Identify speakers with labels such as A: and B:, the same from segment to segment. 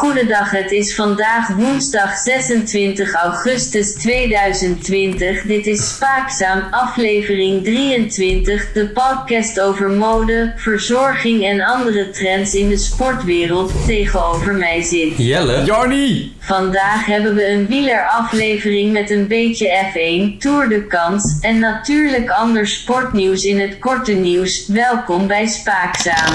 A: Goedendag, het is vandaag woensdag 26 augustus 2020. Dit is Spaakzaam, aflevering 23, de podcast over mode, verzorging en andere trends in de sportwereld. Tegenover mij zit.
B: Jelle.
C: Jarny!
A: Vandaag hebben we een wieleraflevering met een beetje F1, Tour de Kans en natuurlijk ander sportnieuws in het korte nieuws. Welkom bij Spaakzaam.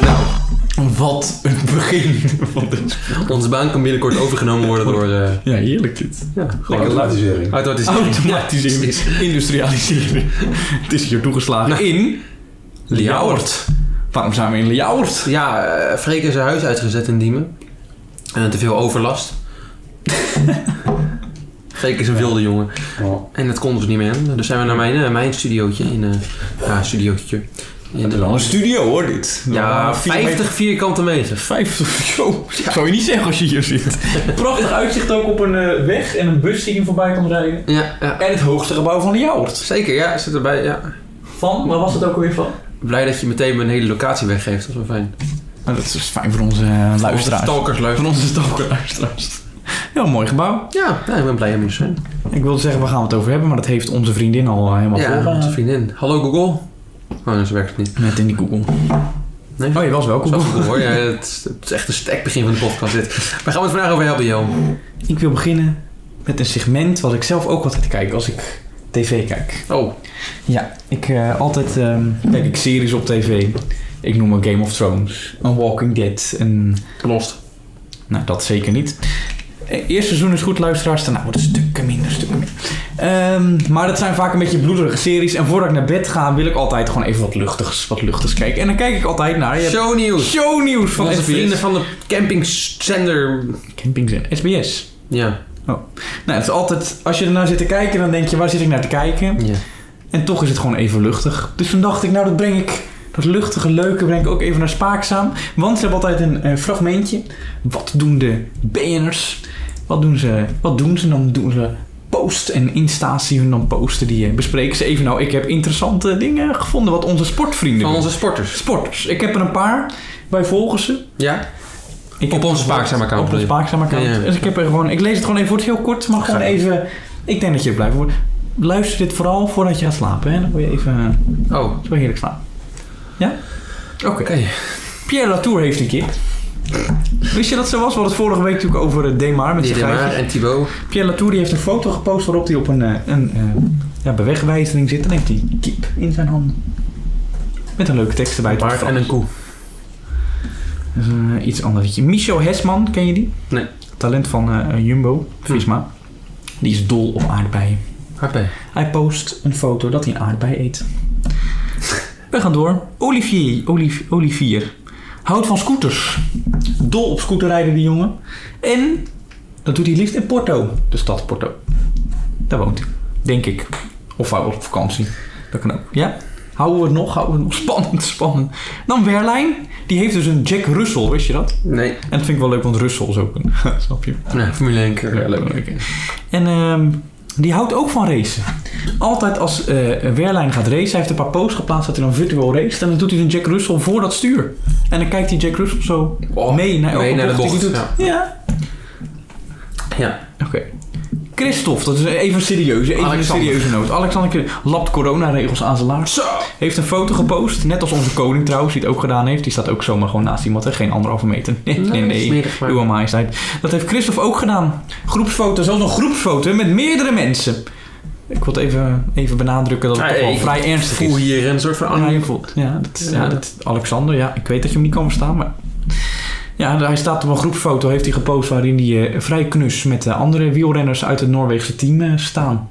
B: Nou,
C: Wat een begin van dit.
B: onze baan kan binnenkort overgenomen worden door... eh
C: Ja, heerlijk dit.
B: ja, gewoon
D: Automatisering.
B: Automatisering. Ja,
C: Automatisering,
B: precies.
C: industrialiseren. Het is hier toegeslagen
B: Nou,
C: in Ljouwert. Waarom zijn we in Ljouwert?
B: Ja, eh, Freek is zijn huis uitgezet in Diemen. En te veel overlast. Freek is een wilde jongen.
D: Oh,
B: En dat kon dus niet meer. aan. Dus zijn we naar mijn, eh, mijn studiootje. In, eh ja, studiootje. In,
D: Dat is wel
C: Een studio hoor dit.
B: ja,
C: Nou, vier
B: 50
C: meter-
B: vierkante meter.
C: 50, zo. Zou je niet zeggen als je hier zit.
D: Prachtig uitzicht ook op een eh, weg en een bus die hier voorbij komt rijden.
B: Ja, ja.
C: En het hoogste gebouw van Ljouwert.
B: Zeker, ja. Zit erbij, ja.
D: Van, waar was het ook alweer van?
B: Blij dat je meteen mijn hele locatie weggeeft. Dat is wel fijn.
C: Nou, dat is fijn voor onze eh, luisteraars.
B: Stalkers
C: Van
B: luisteren.
C: onze stalker luisteraars. Heel mooi gebouw.
B: Ja, ja, ik ben blij om hier te zijn.
C: Ik wilde zeggen, waar gaan we het over hebben? Maar dat heeft onze vriendin al eh, helemaal
B: Ja,
C: voorgehaald.
B: onze vriendin. Hallo Google. Oh, nee, ze werkt het niet.
C: Met in die Google.
B: Nee.
C: Oh, je was wel
B: Zo
C: Google.
B: goed hoor. Ja, het, is- het is echt een sterk begin van de podcast dit. Waar gaan we het vandaag over hebben, Jo?
C: Ik wil beginnen met een segment wat ik zelf ook altijd kijk als ik tv kijk.
B: Oh,
C: Ja, ik eh, altijd ehm, kijk ik series op tv. Ik noem een Game of Thrones, een Walking Dead, een...
B: Lost.
C: Nou, dat zeker niet. Eh, Eerste seizoen is goed, luisteraars. Daarna wordt het stukken minder, stukken minder. Ehm, maar dat zijn vaak een beetje bloederige series. En voordat ik naar bed ga, wil ik altijd gewoon even wat luchtigs, wat luchtigs kijken. En dan kijk ik altijd naar... je hebt
B: Shownieuws.
C: Shownieuws
B: Van
C: van
B: onze
C: SBS.
B: vrienden van de campingzender.
C: Campings en SBS.
B: Ja.
C: Nou, het is altijd, als je ernaar zit te kijken, dan denk je, waar zit ik naar te kijken?
B: ja.
C: En toch is het gewoon even luchtig. Dus toen dacht ik, nou, dat breng ik, dat luchtige, leuke, breng ik ook even naar Spaakzaam. Want ze hebben altijd een eh, fragmentje. Wat doen de BN'ers? Wat doen ze? Wat doen ze? Dan doen ze post en insta's die hun dan posten. Die eh, bespreken ze even. Nou, ik heb interessante dingen gevonden wat onze sportvrienden
B: Van
C: doen.
B: onze sporters.
C: Sporters. Ik heb er een paar. Wij volgen ze.
B: Ja.
C: Ik
B: Op
C: heb
B: onze
C: gevolgd.
B: Spaakzaam-account,
C: Op onze
B: bedoel
C: Spaakzaam-account.
B: Ja, ja.
C: Dus ik heb er gewoon... Ik lees het gewoon even voor. Het is heel kort, maar gewoon
B: Ga je.
C: even... Ik denk dat je het blijft worden. Luister dit vooral voordat je gaat slapen. Hè? Dan word je even...
B: Oh,
C: Zo heerlijk slapen. Ja?
B: oké.
C: Pierre Latour heeft een kip. Wist je dat zo was? We hadden het vorige week natuurlijk over het Demar met
B: Die
C: zijn
B: Demar
C: geitje.
B: en Thibaut.
C: Pierre Latour die heeft een foto gepost waarop hij op een, eh, een eh, ja, bewegwijzering zit. En heeft hij een kip in zijn hand. Met een leuke tekst erbij.
B: Een
C: Het
B: paard
C: Frans.
B: en een koe.
C: Dat is een, eh, iets anders liedje. Michel Hesman, ken je die?
B: Nee.
C: Talent van eh, Jumbo, Visma. Die is dol op aardbeien.
B: Harpé.
C: Hij post een foto dat hij een aardbei eet. We gaan door. Olivier, Oliv- Olivier. Houdt van scooters. Dol op scooterrijden, die jongen. En dat doet hij liefst in Porto. De stad Porto. Daar woont hij. Denk ik. Of hij was op vakantie. Dat kan ook. Ja? Houden we het nog? Houden we het nog? Spannend, spannend. Dan Werlijn. Die heeft dus een Jack Russell, wist je dat?
B: Nee.
C: En dat vind ik wel leuk, want Russell is ook een... Snap je?
B: Nee, Nou, Formule 1 keer.
C: Ja, leuk, leuk. En ehm, die houdt ook van racen. Altijd als eh Wehrlein gaat racen, hij heeft een paar posts geplaatst dat hij dan virtueel race. En dan doet hij een Jack Russell voor dat stuur. En dan kijkt die Jack Russell zo mee naar elke
B: mee naar de
C: bocht die
B: bocht,
C: hij doet. Ja.
B: Ja.
C: Oké. Christophe, dat is even een serieuze, even
B: Alexander.
C: een serieuze noot. Alexander Christ- lapt coronaregels aan zijn laars.
B: Zo.
C: Heeft een foto gepost, net als onze koning trouwens, die het ook gedaan heeft. Die staat ook zomaar gewoon naast iemand, hè? geen anderhalve meter. Nee, nee, nee.
B: Smerig maar.
C: Uwe majesteit. Dat heeft Christophe ook gedaan. Groepsfoto, zelfs een groepsfoto met meerdere mensen. Ik wil het even, even benadrukken dat het
B: Ah,
C: toch wel
B: ik
C: vrij
B: Ik
C: ernstig
B: voel
C: is.
B: hier een soort van
C: Ja, je
B: anoniem.
C: voelt. Ja, dat is, ja,
B: Ja.
C: dat, Alexander, ja, ik weet dat je hem niet kan verstaan, maar... Ja, hij staat op een groepsfoto, heeft hij gepost waarin hij eh, vrij knus met de andere wielrenners uit het Noorweegse team eh, staan.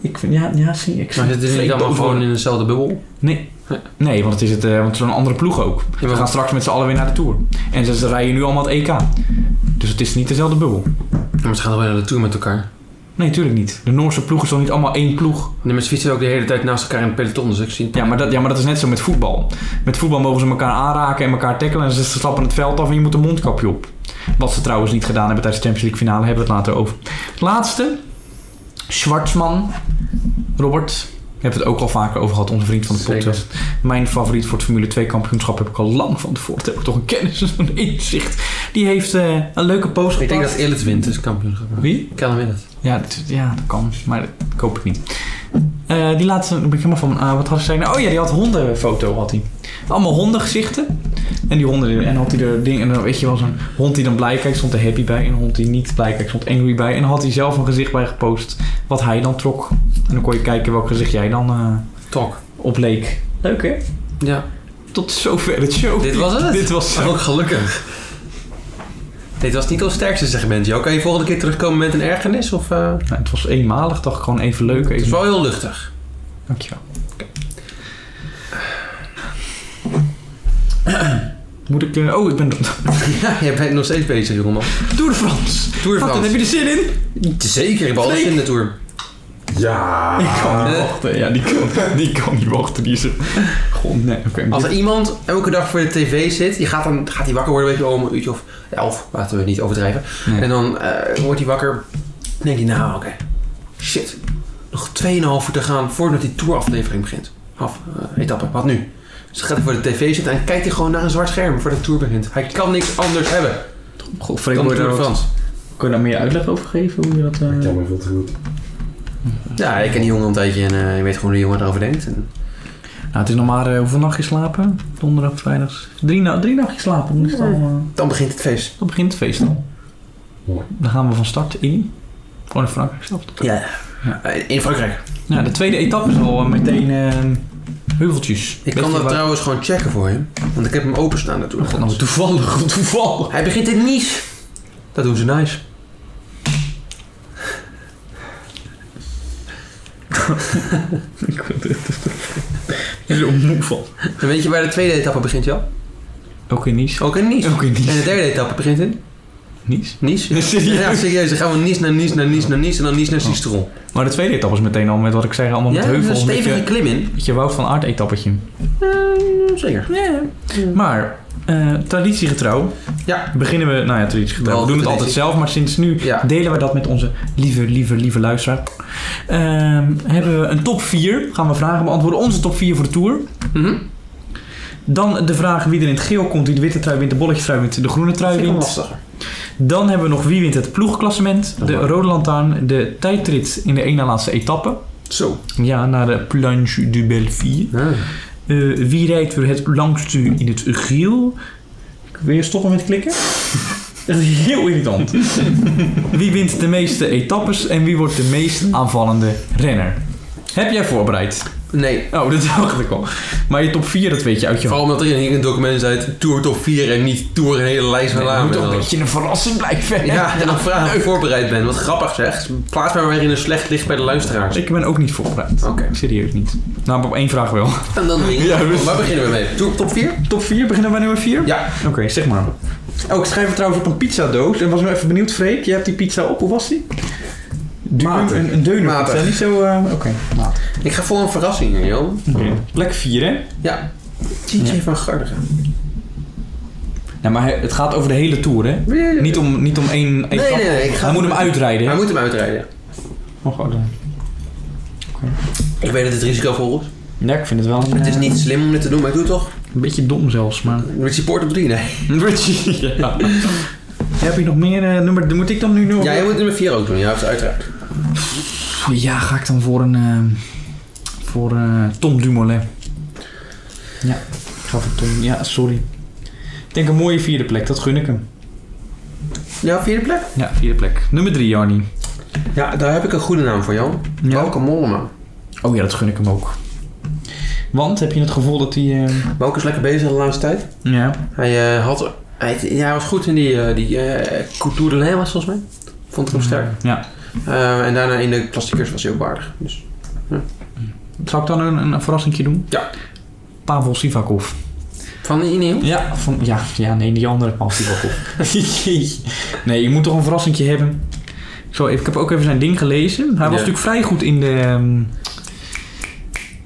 C: Ik vind, ja, ja, zie ik.
B: Maar zitten jullie allemaal gewoon in dezelfde bubbel?
C: Nee.
B: Nee.
C: Nee, want het is het, eh, want zo'n andere ploeg ook.
B: maar-
C: We gaan straks met z'n allen weer naar de Tour. En ze, ze rijden nu allemaal het EK. Dus het is niet dezelfde bubbel.
B: Maar ze gaan wel weer naar de tour met elkaar.
C: Nee, tuurlijk niet. De Noorse ploeg is toch niet allemaal één ploeg?
B: De mensen fietsen ook de hele tijd naast elkaar in het peloton, dus ik zie
C: Ja maar, dat, ja, maar dat is net zo met voetbal. Met voetbal mogen ze elkaar aanraken en elkaar tackelen. En ze stappen het veld af en je moet een mondkapje op. Wat ze trouwens niet gedaan hebben tijdens de Champions League finale, hebben we het later over. Laatste, Schwartzman. Robert, je hebt het ook al vaker over gehad, onze vriend van de
B: Zeker.
C: podcast. Mijn favoriet voor het Formule 2 kampioenschap heb ik al lang van tevoren. Dat heb ik toch een kennis, een inzicht. Die heeft eh, een leuke post
B: Ik denk dat
C: geplaatst.
B: Illet wint, dus kampioenschap.
C: Wie?
B: Callum Illet.
C: Ja, dat, ja, dat kan. Maar dat koop ik niet. Eh, die laatste, ik ben helemaal van, ah, wat had ze nou? Oh ja, die had hondenfoto, had hij. Allemaal hondengezichten. En die honden, en had hij er ding, en dan weet je wel, zo'n hond die dan blij kijkt, stond er happy bij. En een hond die niet blij kijkt, stond angry bij. En dan had hij zelf een gezicht bij gepost, wat hij dan trok. En dan kon je kijken welk gezicht jij dan eh,
B: Tok.
C: op leek. Leuk hè?
B: Ja.
C: Tot zover het show.
B: Dit was het?
C: Dit was
B: Oh, Ook gelukkig. Dit was niet ons sterkste segment. Jo, kan je volgende keer terugkomen met een ergernis? Of, eh,
C: Nou, het was eenmalig, dacht ik gewoon even leuk.
B: Het is
C: Even...
B: wel heel luchtig.
C: Dankjewel. Moet ik... eh, oh, ik ben...
B: Ja, je bent nog steeds bezig, jongeman.
C: Tour de France!
B: Tour de
C: Wat,
B: France.
C: heb je er zin in?
B: Zeker, ik heb alles in de Tour.
D: Ja.
C: Ik kan niet
B: Eh.
C: wachten. Ja, die kan, die kan niet wachten. Die is er... God, nee. Oké. maar
B: Als
C: dit-
B: er iemand elke dag voor de tv zit, die gaat dan gaat die wakker worden, weet je wel, om een uurtje of elf, laten we het niet overdrijven.
C: Nee.
B: En dan eh, wordt hij wakker, dan denkt hij, nou oké, shit, nog 2,5 uur te gaan voordat die touraflevering begint. Half eh, etappe, wat nu? Dus dan gaat hij voor de tv zitten en kijkt hij gewoon naar een zwart scherm voordat de tour begint. Hij kan niks anders hebben
C: God, Freek,
B: dan
C: moet
B: de
C: je
B: Tour
C: daar
B: de
C: wat-
B: France.
C: Kun je daar meer uitleg over geven? Hoe je dat... eh,
D: Ik ken me veel te goed.
B: Ja, ik ken die jongen een tijdje en eh, ik weet gewoon hoe die jongen erover denkt. En
C: Nou, het is nog maar... eh, hoeveel nachtjes slapen? Donderdag, vrijdag... Drie, na- drie nachtjes slapen. Dan, is het al, eh,
B: dan begint het feest.
C: dan begint het feest al.
D: Mooi.
C: Dan gaan we van start in... Oh, naar Frankrijk zelf.
B: Ja. Eh, In Frankrijk.
C: Nou, de tweede etappe is al eh, meteen... eh, heuveltjes.
B: Ik
C: Weet
B: kan
C: je
B: dat
C: waar-
B: trouwens gewoon checken voor je. Want ik heb hem openstaan
C: Oh, God,
B: natuurlijk.
C: nou, toevallig, toevallig.
B: Hij begint in Nice. Dat doen ze nice.
C: Ik word er zo moe van.
B: En weet je waar de tweede etappe begint, Jan?
C: Ook in Nice.
B: Ook in Nice.
C: Ook in Nice.
B: En de derde etappe begint in
C: Nice.
B: Nice.
C: Serieus?
B: Ja, serieus. Dan gaan we Nice naar Nice naar Nice naar Nice en dan Nice naar Sisteron.
C: Maar de tweede etappe is meteen al met wat ik zeg, allemaal
B: Ja,
C: met
B: er is
C: heuvel.
B: een
C: Een
B: stevige Mm.
C: beetje,
B: klim in.
C: beetje Wout van Aert etappetje.
B: Zeker.
C: Maar, eh, traditiegetrouw
B: Ja.
C: beginnen we... Nou ja, traditiegetrouw.
B: Wel
C: we doen het
B: traditie.
C: altijd zelf, maar sinds nu
B: Ja.
C: delen we dat met onze lieve, lieve, lieve luisteraar. Ehm, hebben we een top 4. Gaan we vragen beantwoorden. Onze top 4 voor de Tour.
B: Mhm.
C: Dan de vraag wie er in het geel komt, wie de witte trui wint, de bolletje trui wint, de groene trui wint. Dan hebben we nog wie wint het ploegklassement, de rode lantaarn, de tijdrit in de ene laatste etappe.
B: Zo.
C: Ja, naar de Planche du Belleville. Eh, wie rijdt er het langste in het geel? Wil je stoppen met klikken? Dat is heel irritant. wie wint de meeste etappes en wie wordt de meest aanvallende renner? Heb jij voorbereid?
B: Nee.
C: Oh, dat dacht ik al. Maar je top 4, dat weet je uit je
B: Vooral omdat er in een document uit Tour top 4 en niet Tour een hele lijst van
C: Nee,
B: namen.
C: moet toch een beetje een verrassing blijven. hè?
B: Ja, en dan vragen of ik voorbereid ben. Wat grappig zeg. Plaats mij maar weer in een slecht licht bij de luisteraars.
C: Ik ben ook niet voorbereid.
B: Oké.
C: Serieus niet. Nou, maar op één vraag wel.
B: En dan drie.
C: Ja, dus-
B: Waar beginnen we mee? Tour top 4?
C: Top 4, beginnen we bij nummer 4?
B: Ja.
C: Oké, zeg maar. Oh, ik schrijf het trouwens op een pizzadoos. En was me even benieuwd, Freek. Je hebt die pizza op. Hoe was die? Duur,
B: Matig.
C: Een, een deuner
B: Matig.
C: pizza. Niet zo... eh, Oké. Matig.
B: Ik ga voor een verrassing hier, joh.
C: Oké. Plek 4, hè?
B: Ja. TJ van Garderen.
C: Nou, maar het gaat over de hele tour, hè? Niet om, niet om één... één
B: Nee,
C: kant.
B: nee, nee, ik ga-
C: Hij moet hem uitrijden, hè?
B: Hij moet hem uitrijden.
C: Oh, god, eh.
B: Ik weet dat het risicovol is.
C: Ja, ik vind het wel een...
B: Het is
C: eh,
B: niet slim om dit te doen, maar ik doe het toch.
C: Een beetje dom zelfs, maar...
B: Richie Poort op 3, nee.
C: Richie, ja. Heb je nog meer eh, nummer... Moet ik dan nu nog...
B: Ja, jij moet nummer 4 ook doen, ja, uiteraard.
C: Pff, Ja, ga ik dan voor een. eh, voor eh, Tom Dumoulin. Ja, ik ga voor Tom. Ja, sorry. Ik denk een mooie vierde plek, dat gun ik hem.
B: Ja, vierde plek?
C: Ja, vierde plek. Nummer drie, Jarny.
B: Ja, daar heb ik een goede naam voor, Jan.
C: Ja.
B: Bauke Mollema.
C: Oh ja, dat gun ik hem ook. Want heb je het gevoel dat hij. eh,
B: Bauke is lekker bezig de laatste tijd.
C: ja.
B: Hij eh, had... Hij, ja, hij was goed in die... eh, die eh Couture de Lijn was volgens mij. Vond ik hem sterk.
C: Ja.
B: Eh, en daarna in de klassiekers was hij ook waardig. Dus.
C: Zal ik dan een, een verrassingje doen?
B: Ja.
C: Pavel Sivakov.
B: Van Ineos?
C: Ja, van, ja, ja, nee, die andere Pavel Sivakov. Jeetje. nee, je moet toch een verrassingje hebben. Zo, ik heb ook even zijn ding gelezen. Hij was
B: Ja.
C: natuurlijk vrij goed in de ehm,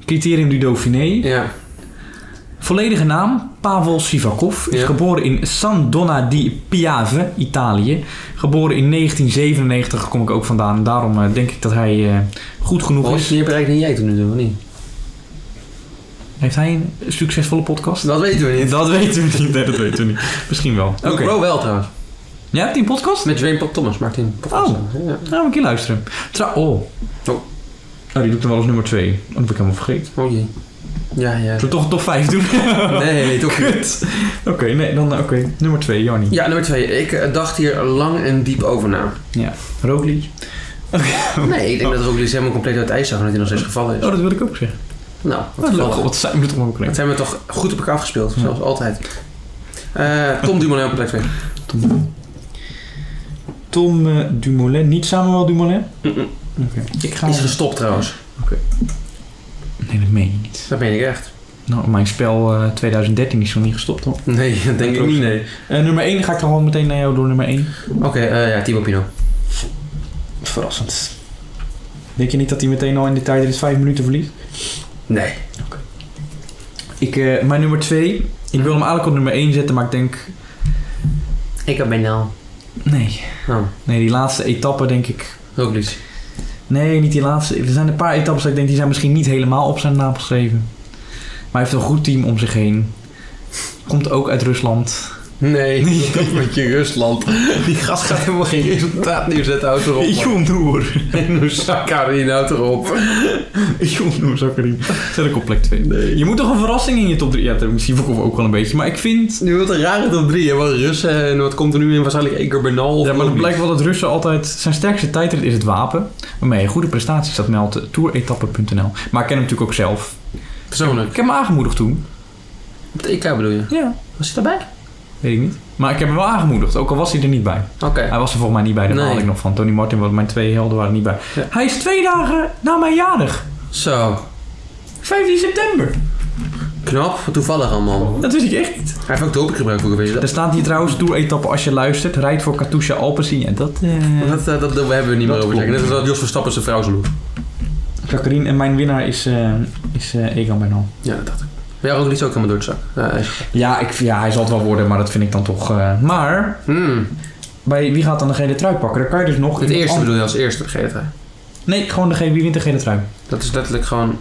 C: Criterium du Dauphiné.
B: Ja.
C: Volledige naam Pavel Sivakov is
B: Ja.
C: geboren in San Donna di Piave, Italië. Geboren in 1997 kom ik ook vandaan. En daarom eh, denk ik dat hij eh, goed genoeg
B: Wat is
C: is.
B: meer bereikt dan jij toen nu doen, of niet?
C: Heeft hij een succesvolle podcast?
B: Dat weten we niet.
C: Dat weten we niet. Nee, dat weten we niet. Misschien wel. Oké.
B: Oké. Bro wel trouwens.
C: Jij hebt die podcast?
B: Met Dwayne Pop Thomas maakt hij een podcast.
C: Oh.
B: Ja.
C: Nou, een keer luisteren. Tra oh. oh. die doe ik dan wel als nummer 2. Dat heb ik helemaal vergeten.
B: Oh jee. Ja, ja.
C: Zullen we toch top 5 doen?
B: Nee, nee, toch niet.
C: Kut. Oké, nee, dan eh, oké. Nummer 2, Jannie.
B: Ja, nummer twee. Ik eh, dacht hier lang en diep over na.
C: Ja. Roglic.
B: Nee, ik denk dat Roglic helemaal compleet uit het ijs zag en dat hij nog steeds gevallen is.
C: Oh, dat wil ik ook zeggen.
B: Nou, wat
C: Wat,
B: toevallig.
C: leuk. wat zijn we er toch ook
B: Dat
C: mee?
B: zijn we toch goed op elkaar afgespeeld, zoals altijd. Eh, Tom Dumoulin op plek 2.
C: Tom eh, Dumoulin, niet Samuel Dumoulin?
B: Mm-mm.
C: Oké. Ik ga...
B: Is gestopt trouwens.
C: Nee, dat meen je niet.
B: Dat meen ik echt.
C: Nou, mijn spel eh, 2013 is nog niet gestopt, hoor.
B: Nee, dat denk ik niet, nee.
C: Eh, nummer 1 ga ik dan wel meteen naar jou door, nummer 1.
B: Oké, eh, ja, Timo Pino.
C: Verrassend. Denk je niet dat hij meteen al in de tijd 5 minuten verliest?
B: Nee.
C: Ik, eh, mijn nummer 2. Ik wil hem eigenlijk op nummer 1 zetten, maar ik denk.
B: Ik heb Benel.
C: Nee.
B: Oh,
C: Nee, die laatste etappe denk ik.
B: Roglic.
C: Nee, niet die laatste. Er zijn een paar etappes dat ik denk die zijn misschien niet helemaal op zijn naam geschreven. Maar hij heeft een goed team om zich heen. Komt ook uit Rusland.
B: Nee, niet met je Rusland. Die gast gaat helemaal geen resultaat neerzetten, houd
C: Oh,
B: erop.
C: Noer.
B: En hoe Sakarin houdt erop.
C: Jon Noer, zou ik erin. Zet ik op plek 2. Je moet toch een verrassing in je top 3. Ja, dat heb ik misschien voor ook wel een beetje. Maar ik vind.
B: Nu wat een rare top 3. Je hebt wel Russen en wat komt er nu in? Waarschijnlijk Eker Benal
C: Ja,
B: of
C: maar dan
B: Roglic.
C: blijkt wel dat Russen altijd... Zijn sterkste tijdrit is het wapen. Waarmee je goede prestaties dat meldt. Touretappe.nl Maar ik ken hem natuurlijk ook zelf.
B: Persoonlijk.
C: Ik heb hem aangemoedigd toen.
B: Op de EK bedoel je?
C: Ja.
B: Was hij daarbij?
C: Weet ik niet. Maar ik heb hem wel aangemoedigd, ook al was hij er niet bij.
B: Oké.
C: Hij was er volgens mij niet bij, daar
B: Nee.
C: nee. ik nog van. Tony Martin, want mijn twee helden waren er niet bij.
B: Ja.
C: Hij is twee dagen na mijn jarig.
B: Zo.
C: 15 september.
B: Knap. Wat toevallig allemaal.
C: Dat wist ik echt niet.
B: Hij heeft ook doping gebruikt, hoe ik weet je
C: Er
B: dat.
C: staat hier trouwens, tour-etappe als je luistert. Rijd voor Katusha Alpecin. En dat... eh
B: Dat, eh, dat, dat hebben we niet
C: Dat
B: meer
C: klopt.
B: over zeggen. Net als dat Jos Verstappen zijn vrouw zou doen.
C: Jacqueline, en mijn winnaar is, eh is eh Egan Bernal.
B: Ja, dat dacht ik. Maar ja, ook niet ook helemaal door het zak. Ja, hij is-
C: Ja, ik, ja, hij zal het wel worden, maar dat vind ik dan toch... eh, maar,
B: Hmm.
C: bij wie gaat dan de gele trui pakken? Dan kan je dus nog...
B: Het
C: iemand
B: eerste
C: an-
B: bedoel je als eerste, vergeet hij.
C: Nee, gewoon degene, wie wint de gele trui?
B: Dat is letterlijk gewoon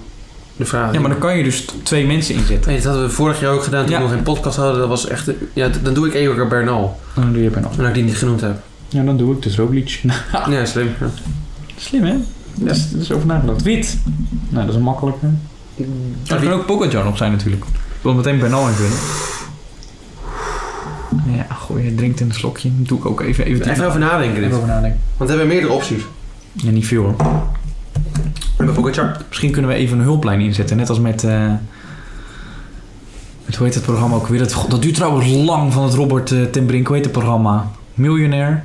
B: de vraag.
C: Ja, maar dan kan je dus t- twee mensen inzetten.
B: Hey, dat hadden we vorig jaar ook gedaan toen
C: Ja.
B: we nog geen podcast hadden. Dat was echt... Ja, d- dan doe ik Ewer Bernal.
C: En dan doe je Bernal.
B: En dat ik die niet genoemd heb.
C: Ja, dan doe ik dus Roglic.
B: Ja, slim. Ja.
C: Slim, hè? Dat is, dat is over nagedacht. Wit. Nou, dat is makkelijker. Er kan ook Pogacar op zijn natuurlijk. Ik wil meteen Bernal in kunnen. Ja, gooi, hij drinkt in een slokje. Dat doe ik ook even. Even,
B: Even over nadenken
C: Even
B: dit. Want
C: over nadenken.
B: we hebben meerdere opties.
C: Ja, niet veel hoor.
B: We hebben Pogacar.
C: Misschien kunnen we even een hulplijn inzetten. Net als met... eh, met hoe heet het programma ook weer? Dat, god, dat duurt trouwens lang van het Robert eh, ten Brink. Hoe heet het programma? Miljonair?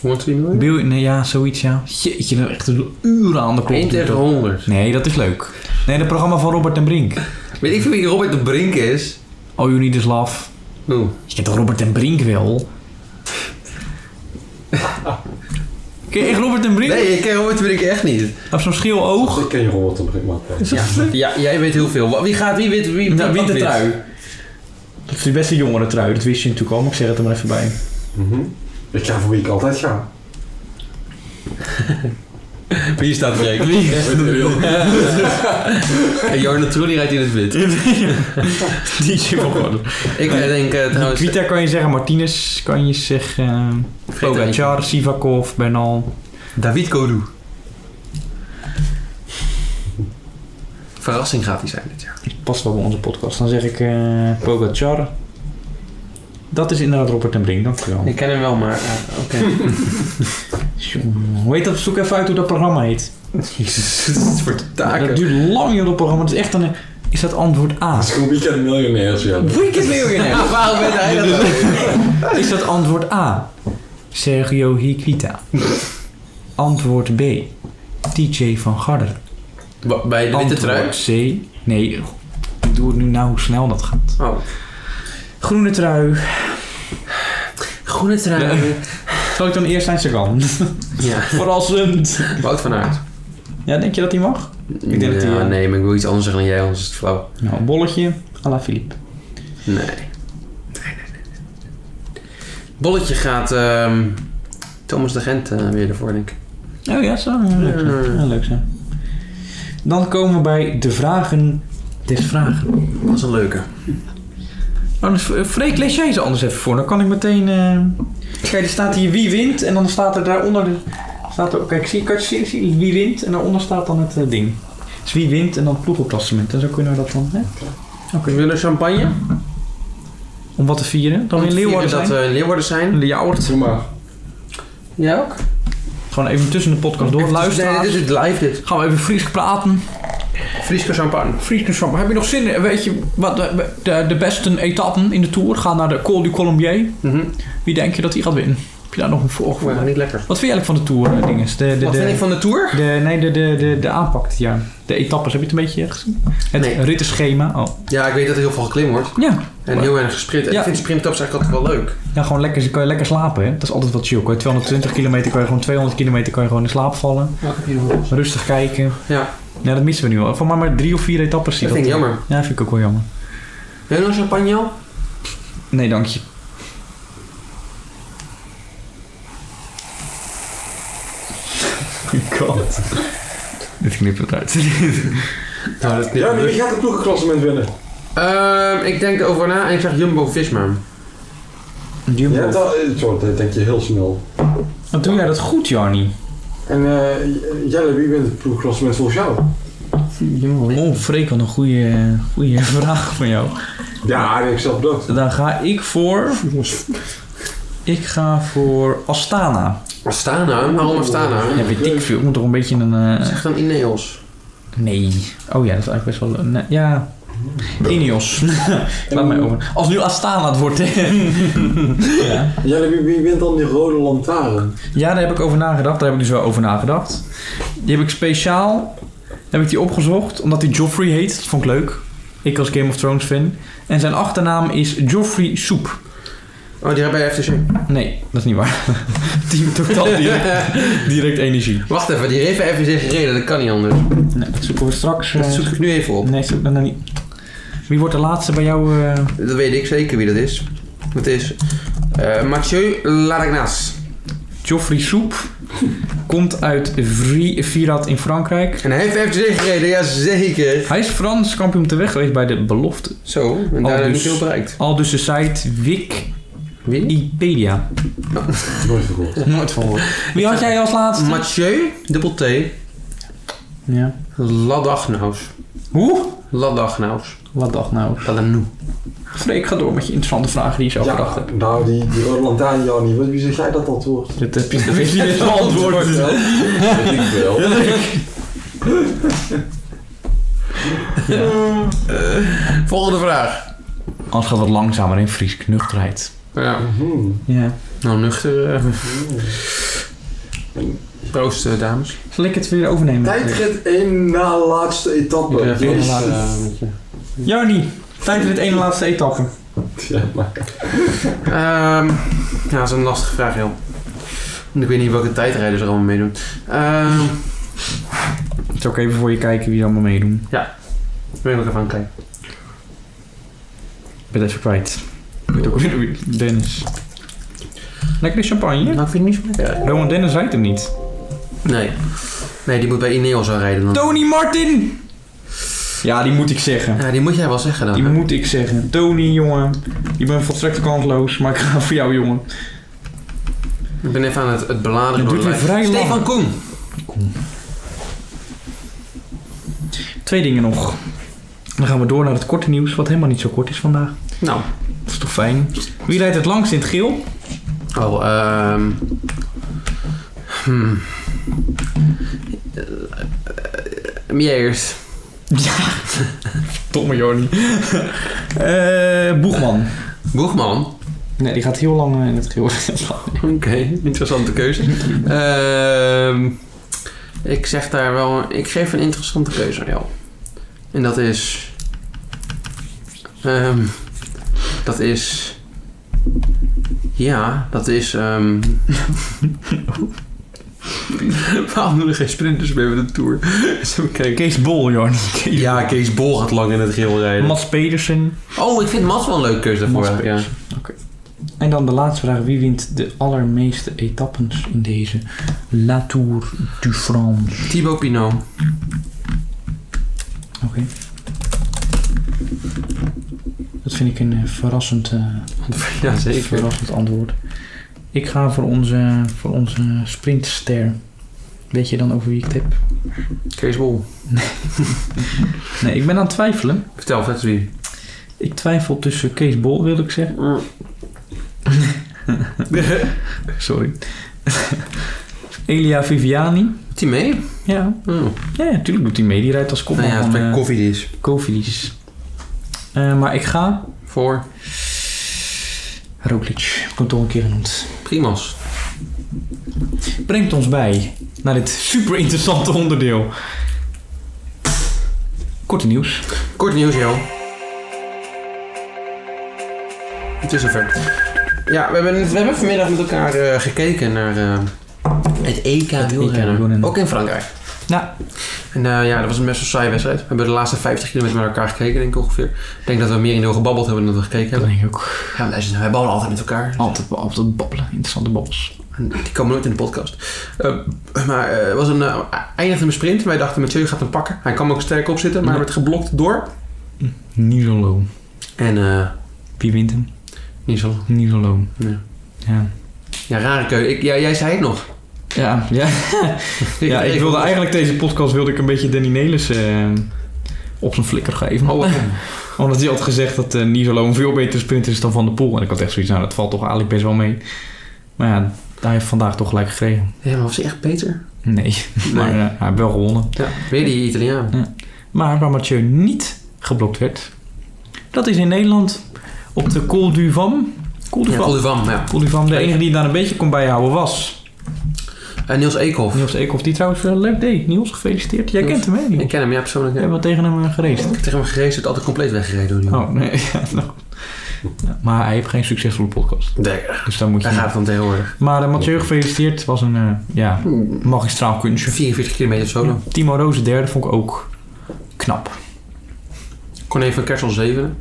B: 103 miljoen?
C: Bil- nee, ja, zoiets ja. Jeetje, dat echt een uren aan de klok.
B: 1
C: duurt
B: tegen
C: dat.
B: 100.
C: Nee, dat is leuk. Nee, dat programma van Robert ten Brink.
B: Weet ik veel wie Robert de Brink is?
C: All You Need Is Love.
B: Oeh.
C: Je kent toch Robert den Brink wel? Ken je echt Robert den Brink?
B: Nee, ik ken Robert de Brink echt niet.
C: Hij heeft zo'n scheel oog.
D: Ik ken je Robert op een man.
B: Ja, ja, jij weet heel veel. Wa- Wie gaat, wie wint, wie
C: Nou,
B: wie
C: wint de
B: wint?
C: trui. Dat is de beste jongere trui, dat wist je natuurlijk al, maar ik zeg het er maar even bij.
E: Mhm.
D: Ik ga voor wie ik altijd ga.
B: Wie staat breekt? Wie? en Jarno Trulli rijdt in het wit.
C: Die is je geworden.
B: Ik eh, denk eh, trouwens...
C: Twitter kan je zeggen, Martinez kan je zeggen,
B: Vergeet er eentje.
C: Pogacar, Sivakov, Bernal.
B: David Kodu. Verrassing gaat hij zijn dit jaar.
C: Past wel bij onze podcast. Dan zeg ik eh Pogacar. Dat is inderdaad Robert den Brink, dankjewel.
B: Ik ken hem wel, maar... eh, Oké.
C: Hoe heet dat? Zoek even uit hoe dat programma heet.
B: Jezus, dit is voor de
C: Ja,
B: taken.
C: dat duurt lang joh, dat programma. Het is echt een... Is dat antwoord A?
D: Een weekend miljonairs, ja.
C: Weekend Millionaire.
B: Waarom weet hij dat dan?
C: Is dat antwoord A? Sergio Higuita. Antwoord B. TJ van Garder.
B: Wa- Bij de witte
C: Antwoord
B: trui?
C: C. Nee, ik doe het nu nou hoe snel dat gaat.
B: Oh.
C: Groene trui.
B: Groene trui.
C: Zal ik dan eerst zijn Sagan?
B: Ja.
C: Verrassend.
B: Wout van Aert.
C: Ja, denk je dat hij mag? denk dat
B: ja,
C: hij, eh,
B: nee, maar ik wil iets anders zeggen dan jij, anders is het flauw.
C: Nou, een bolletje à la Philippe.
B: Nee. Nee, nee, nee. Bolletje gaat ehm, Thomas de Gent eh, weer ervoor, denk ik.
C: Oh ja, zo. Ja, leuk, zo. Ja, leuk zo. Dan komen we bij de vragen des vragen.
B: Dat is een leuke.
C: Anders, eh, Freek, lees jij ze anders even voor. Dan kan ik meteen... eh, Kijk, er staat hier wie wint. En dan staat er daaronder... De, staat er, kijk, zie, kan je zien, zie- wie wint. En daaronder staat dan het eh, ding. Dus wie wint en dan ploegopklassement. En zo kunnen we dat dan... Hè?
B: We willen champagne.
C: Om wat te vieren. eh, Dan
B: Om
C: in
B: te
C: Leeuwarden
B: vieren
C: zijn.
B: Dat we in Leeuwarden zijn.
C: Leeuwarden.
E: Doe maar.
B: Jij ook?
C: Gewoon even tussen de podcast door.
B: Even- Nee,
C: Luisteraars.
B: dit is live dit.
C: Gaan we even Fries praten.
B: Frieske champagne.
C: Friese zwam. Heb je nog zin in? Weet je, wat, de, de, de beste etappen in de Tour gaan naar de Col du Colombier.
B: Mhm.
C: Wie denk je dat die gaat winnen? Heb je daar nog een voorgevoel?
B: Oeh,
C: bij?
B: Oh niet lekker.
C: Wat vind je eigenlijk van de Tour, eh, dinges? De, de,
B: Wat vind ik
C: de,
B: van de tour?
C: de, nee, de, de, de, de aanpak dit jaar. De etappes, heb je het een beetje gezien? Het
B: Nee.
C: rittenschema. Oh.
B: Ja, ik weet dat er heel veel geklim wordt.
C: Ja.
B: En heel weinig gesprint. En
C: Ja.
B: Ik vind sprinttaps eigenlijk altijd wel leuk.
C: ja, gewoon lekker, kan je lekker slapen. Hè? Dat is altijd wat chill. Kan je 220 kilometer, kan je gewoon 200 kilometer kan je gewoon in slaap vallen. Rustig kijken.
B: Ja,
C: Ja, dat missen we nu al. Van maar, maar drie of vier etappes. zie
B: dat
C: je
B: vind ik jammer.
C: Ja, vind ik ook wel jammer.
B: Wil je nog champagne al?
C: Nee, dank je. God. Dit knippert uit.
B: Nou, dat
E: Ja, maar wie gaat het ploegenklassement winnen?
B: Ehm, ik denk erover na en ik zeg Jumbo-Visma.
E: Je
C: Jumbo.
E: hebt al, eh, zo, dat denk je heel snel.
C: Wat doe jij dat goed, Jarni?
E: En eh, Jelle, wie wint het ploegenklassement volgens jou?
C: Oh, Freek, wat een goede, goede vraag van jou.
E: Ja, ik zelf dat.
C: Dan ga ik voor... Ik ga voor Astana.
B: Astana? nou? Waarom Astana?
C: Ja, weet ik veel. Ik moet toch een beetje een... eh,
B: Zeg dan Ineos.
C: Nee. Oh ja, dat is eigenlijk best wel... nee, ja. Ineos. Laat mij over. Als nu Astana het wordt, hè. ja.
E: Jelle, wie, wie wint dan die rode lantaarn?
C: Ja, daar heb ik over nagedacht. Daar heb ik dus wel over nagedacht. Die heb ik speciaal heb ik die opgezocht, omdat die Joffrey heet. Dat vond ik leuk. Ik als Game of Thrones fan. En zijn achternaam is Joffrey Soep.
B: Oh, die hebben bij FTC.
C: Nee, dat is niet waar. Team totaal direct, direct energie.
B: Wacht even, die heeft bij FTC gereden. Dat kan niet anders.
C: Nee, dat zoeken we straks. eh,
B: Dat zoek ik nu even op.
C: Nee, zoek dat nou niet. Wie wordt de laatste bij jou? eh?
B: Dat weet ik zeker wie dat is. Het is eh, Mathieu Laragnas.
C: Joffrey Soep komt uit Vri- Virat in Frankrijk.
B: En hij heeft bij FTC gereden, jazeker.
C: Hij is Frans kampioen te weg geweest bij de belofte.
B: Zo, en
C: Al
B: daarna
C: dus.
B: niet veel bereikt.
C: Al dus de site
B: Wie?
C: Wikipedia.
E: Nooit verkocht.
B: Nooit van gehoord.
C: Wie had jij als laatste?
B: Mathieu, dubbel T,
C: ja.
B: Ladagnaus.
C: Hoe?
B: Ladagnaus.
C: Wat dacht nou?
B: Ladagnou.
C: Freek, ga door met je interessante vragen die je zo bedacht
E: Ja,
C: hebt.
E: nou, die, die rode lantaarn, Jannie, wat- wie zeg jij dat dat wordt?
C: Dit heb je weet je dit antwoord.
E: Weet ik wel.
B: Volgende vraag.
C: Anders gaat het wat langzamer in Fries knuchterheid.
B: Ja,
E: Mhm.
C: Ja.
B: nou nuchter. eh. Proost, eh, dames.
C: Zal ik het weer overnemen?
E: Tijdrit 1 na laatste etappe.
B: Ja, eh,
E: Jezus.
B: ene laatste,
E: eh,
C: Jarnie, tijd voor dit ene laatste etappe.
E: Ja, maar
B: Ehm, ja, dat is een lastige vraag, joh. Ik weet niet welke tijdrijders er allemaal meedoen. Ehm,
C: Ik zal ook even voor je kijken wie er allemaal meedoen.
B: daar ben ik ook even aan het kijken.
C: Ik ben het even kwijt. Ik weet ook weer wie- Dennis. Lekker champagne.
B: Nou, ik vind het niet zo lekker. eigenlijk.
C: Roman Dennis rijdt hem niet.
B: Nee. Nee, die moet bij Ineos al rijden dan.
C: Tony Martin! Ja, die moet ik zeggen.
B: Ja, die moet jij wel zeggen dan.
C: Die
B: hè?
C: moet ik zeggen. Tony, jongen. Ik ben volstrekt kansloos, maar ik ga voor jou, jongen.
B: Ik ben even aan het, het bladeren
C: Het
B: door
C: duurt
B: de lijst.
C: weer vrij
B: Stefan
C: lang.
B: Koen.
C: Twee dingen nog. Dan gaan we door naar het korte nieuws, wat helemaal niet zo kort is vandaag.
B: Nou.
C: Dat is toch fijn. Wie rijdt het langst in het geel?
B: Oh, ehm. Hmm. Eh, eh, Jij eerst.
C: Ja. Domme Jorni. Eh Boegman.
B: Boegman.
C: Nee, die gaat heel lang eh, in het geel.
B: Oké, interessante keuze. Ehm, ik zeg daar wel... Ik geef een interessante keuze aan jou. En dat is... ehm, dat is... Ja, dat is... ehm, Waarom doen er geen sprinters mee met de Tour? Zo kijken.
C: Kees Bol, Jorn.
B: Ja, Kees Bol gaat lang in het geel rijden.
C: Mats Pedersen.
B: oh, ik vind Mats wel een leuke keuze daarvoor.
C: Mats
B: eigenlijk, Ja.
C: Pedersen. Oké. En dan de laatste vraag. Wie wint de allermeeste etappes in deze La Tour du France?
B: Thibaut Pinot.
C: Oké. Dat vind ik een eh, verrassend, eh,
B: Ja, zeker.
C: verrassend antwoord. Ik ga voor onze, voor onze sprintster. Weet je dan over wie ik tip?
B: Kees Bol.
C: Nee, ik ben aan het twijfelen.
B: Vertel, vet wie.
C: Ik twijfel tussen Kees Bol, wil ik zeggen. Sorry. Elia Viviani.
B: Doet hij mee?
C: Ja,
B: E? Oh.
C: ja natuurlijk doet hij mee. Die rijdt als kopman
B: Nou ja, het
C: van
B: bij
C: eh,
B: koffie is.
C: Covidies. Eh, maar ik ga...
B: Voor
C: Roglic. Heb ik hem toch een keer genoemd.
B: Primas.
C: Brengt ons bij naar dit super interessante onderdeel. Korte nieuws.
B: Kort nieuws, Jo. Het is zover. Ja, we hebben, we hebben vanmiddag met elkaar eh, gekeken naar eh, het EK wielrennen.
C: wielrennen.
B: Ook in Frankrijk.
C: Ja.
B: En eh, ja, dat was een best wel saaie wedstrijd. We hebben de laatste 50 kilometer naar elkaar gekeken, denk ik ongeveer. Ik denk dat we meer in de gebabbeld hebben dan dat we gekeken
C: Dat
B: hebben.
C: denk ik ook.
B: Ja, we luisteren, wij ballen altijd met elkaar.
C: Altijd, altijd babbelen. Interessante babbels.
B: En Die komen nooit in de podcast. Eh, maar eh, het was een eh, eindigde met sprint. Wij dachten, Mathieu gaat hem pakken. Hij kwam ook sterk op zitten, maar
C: Ja.
B: werd geblokt door.
C: Nizolo.
B: En eh,
C: Wie wint hem?
B: niet zo.
C: Nizolo.
B: Ja.
C: Ja.
B: Ja, rare keuze. Ik, ja, jij zei het nog.
C: Ja, ja. ja, ik wilde eigenlijk deze podcast wilde ik een beetje Danny Nelis eh, op zijn flikker geven.
B: Oh, wat-
C: Omdat hij had gezegd dat eh Nizolo een veel betere sprinter is dan Van der Poel. En ik had echt zoiets, nou dat valt toch eigenlijk best wel mee. Maar ja, hij heeft vandaag toch gelijk gekregen.
B: ja, maar was hij echt beter?
C: Nee, maar eh, hij heeft wel gewonnen.
B: Ja, weer die Italiaan.
C: Maar waar Mathieu niet geblokt werd, dat is in Nederland op de Col du Vam. Col du
B: Ja,
C: Vam.
B: Oldevam, ja.
C: Col du Vam, de enige die daar een beetje kon bijhouden was
B: En Eh, Niels Eekhoff.
C: Niels Eekhoff, die trouwens wel leuk deed. Niels, gefeliciteerd. Jij
B: Niels.
C: kent hem, hè? Niels?
B: Ik ken hem, ja, persoonlijk.
C: Jij
B: Ja.
C: hebt
B: Ik
C: wel tegen hem eh, geraced.
B: heb tegen hem gereden, het altijd compleet weggereden door die.
C: Oh, nee. Ja, nou. Ja, maar hij heeft geen succesvolle podcast.
B: Nee,
C: Dus daar moet je
B: daar gaat het van tegenwoordig.
C: Maar eh, Mathieu, gefeliciteerd. Het was een eh, ja, magistraal kunstje.
B: 44 kilometer solo.
C: Timo Roze derde vond ik ook knap.
B: Corné van Kersel 7.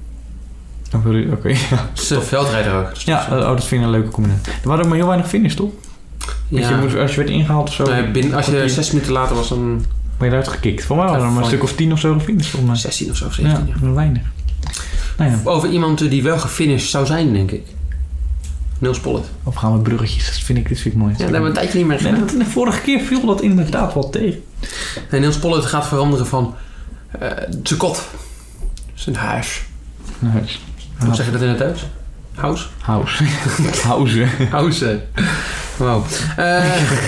C: Oh, wil je- Oké, ja.
B: Dat is een veldrijder ook. Dus
C: ja. Oh, dat vind ik een leuke combinatie. Er waren ook maar heel weinig finish, toch?
B: ja.
C: Dus je moest, als je werd ingehaald of zo,
B: Nee, binnen, als je
C: Kwartier.
B: 6 minuten later was, dan
C: ben je eruit gekikt. Voor mij
B: Ja,
C: waren er maar een
B: van-
C: stuk of tien of zo gefinished. Volgens
B: 16 of zo,
C: mij.
B: 17.
C: Ja,
B: Ja.
C: maar weinig. Nou ja,
B: Over iemand eh, die wel gefinished zou zijn, denk ik. Niels Pollet.
C: of gaan we bruggetjes? Dat vind ik, dit vind ik mooi.
B: Ja, daar hebben we een tijdje niet meer gedaan.
C: Nee, want de vorige keer viel dat inderdaad wel tegen.
B: En Niels Pollet gaat veranderen van eh zijn kot. Zijn huis.
C: Huis.
B: Hoe zeg je dat in het Duits? House?
C: House. House.
B: House. Wauw. Eh,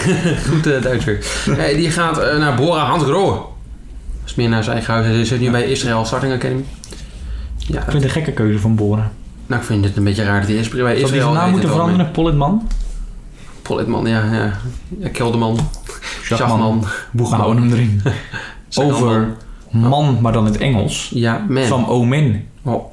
B: goed eh Duits weer. Eh, die gaat eh, naar Bora Hansgrohe. Dat is meer naar zijn eigen huis. Hij zit nu bij Israël Starting Academy. Ja,
C: Ik vind het een gekke keuze van Boren.
B: nou ik vind het een beetje raar dat hij Israël
C: Zou
B: bij
C: die
B: Israël
C: zijn naam
B: heet
C: moeten
B: het wel meer.
C: veranderen? Politman?
B: Politman, ja. ja. ja Kelderman. Schachman.
C: We houden hem erin.
B: Over.
C: Over man, maar dan in het Engels.
B: Ja, man.
C: Sam Omen.
B: Oh.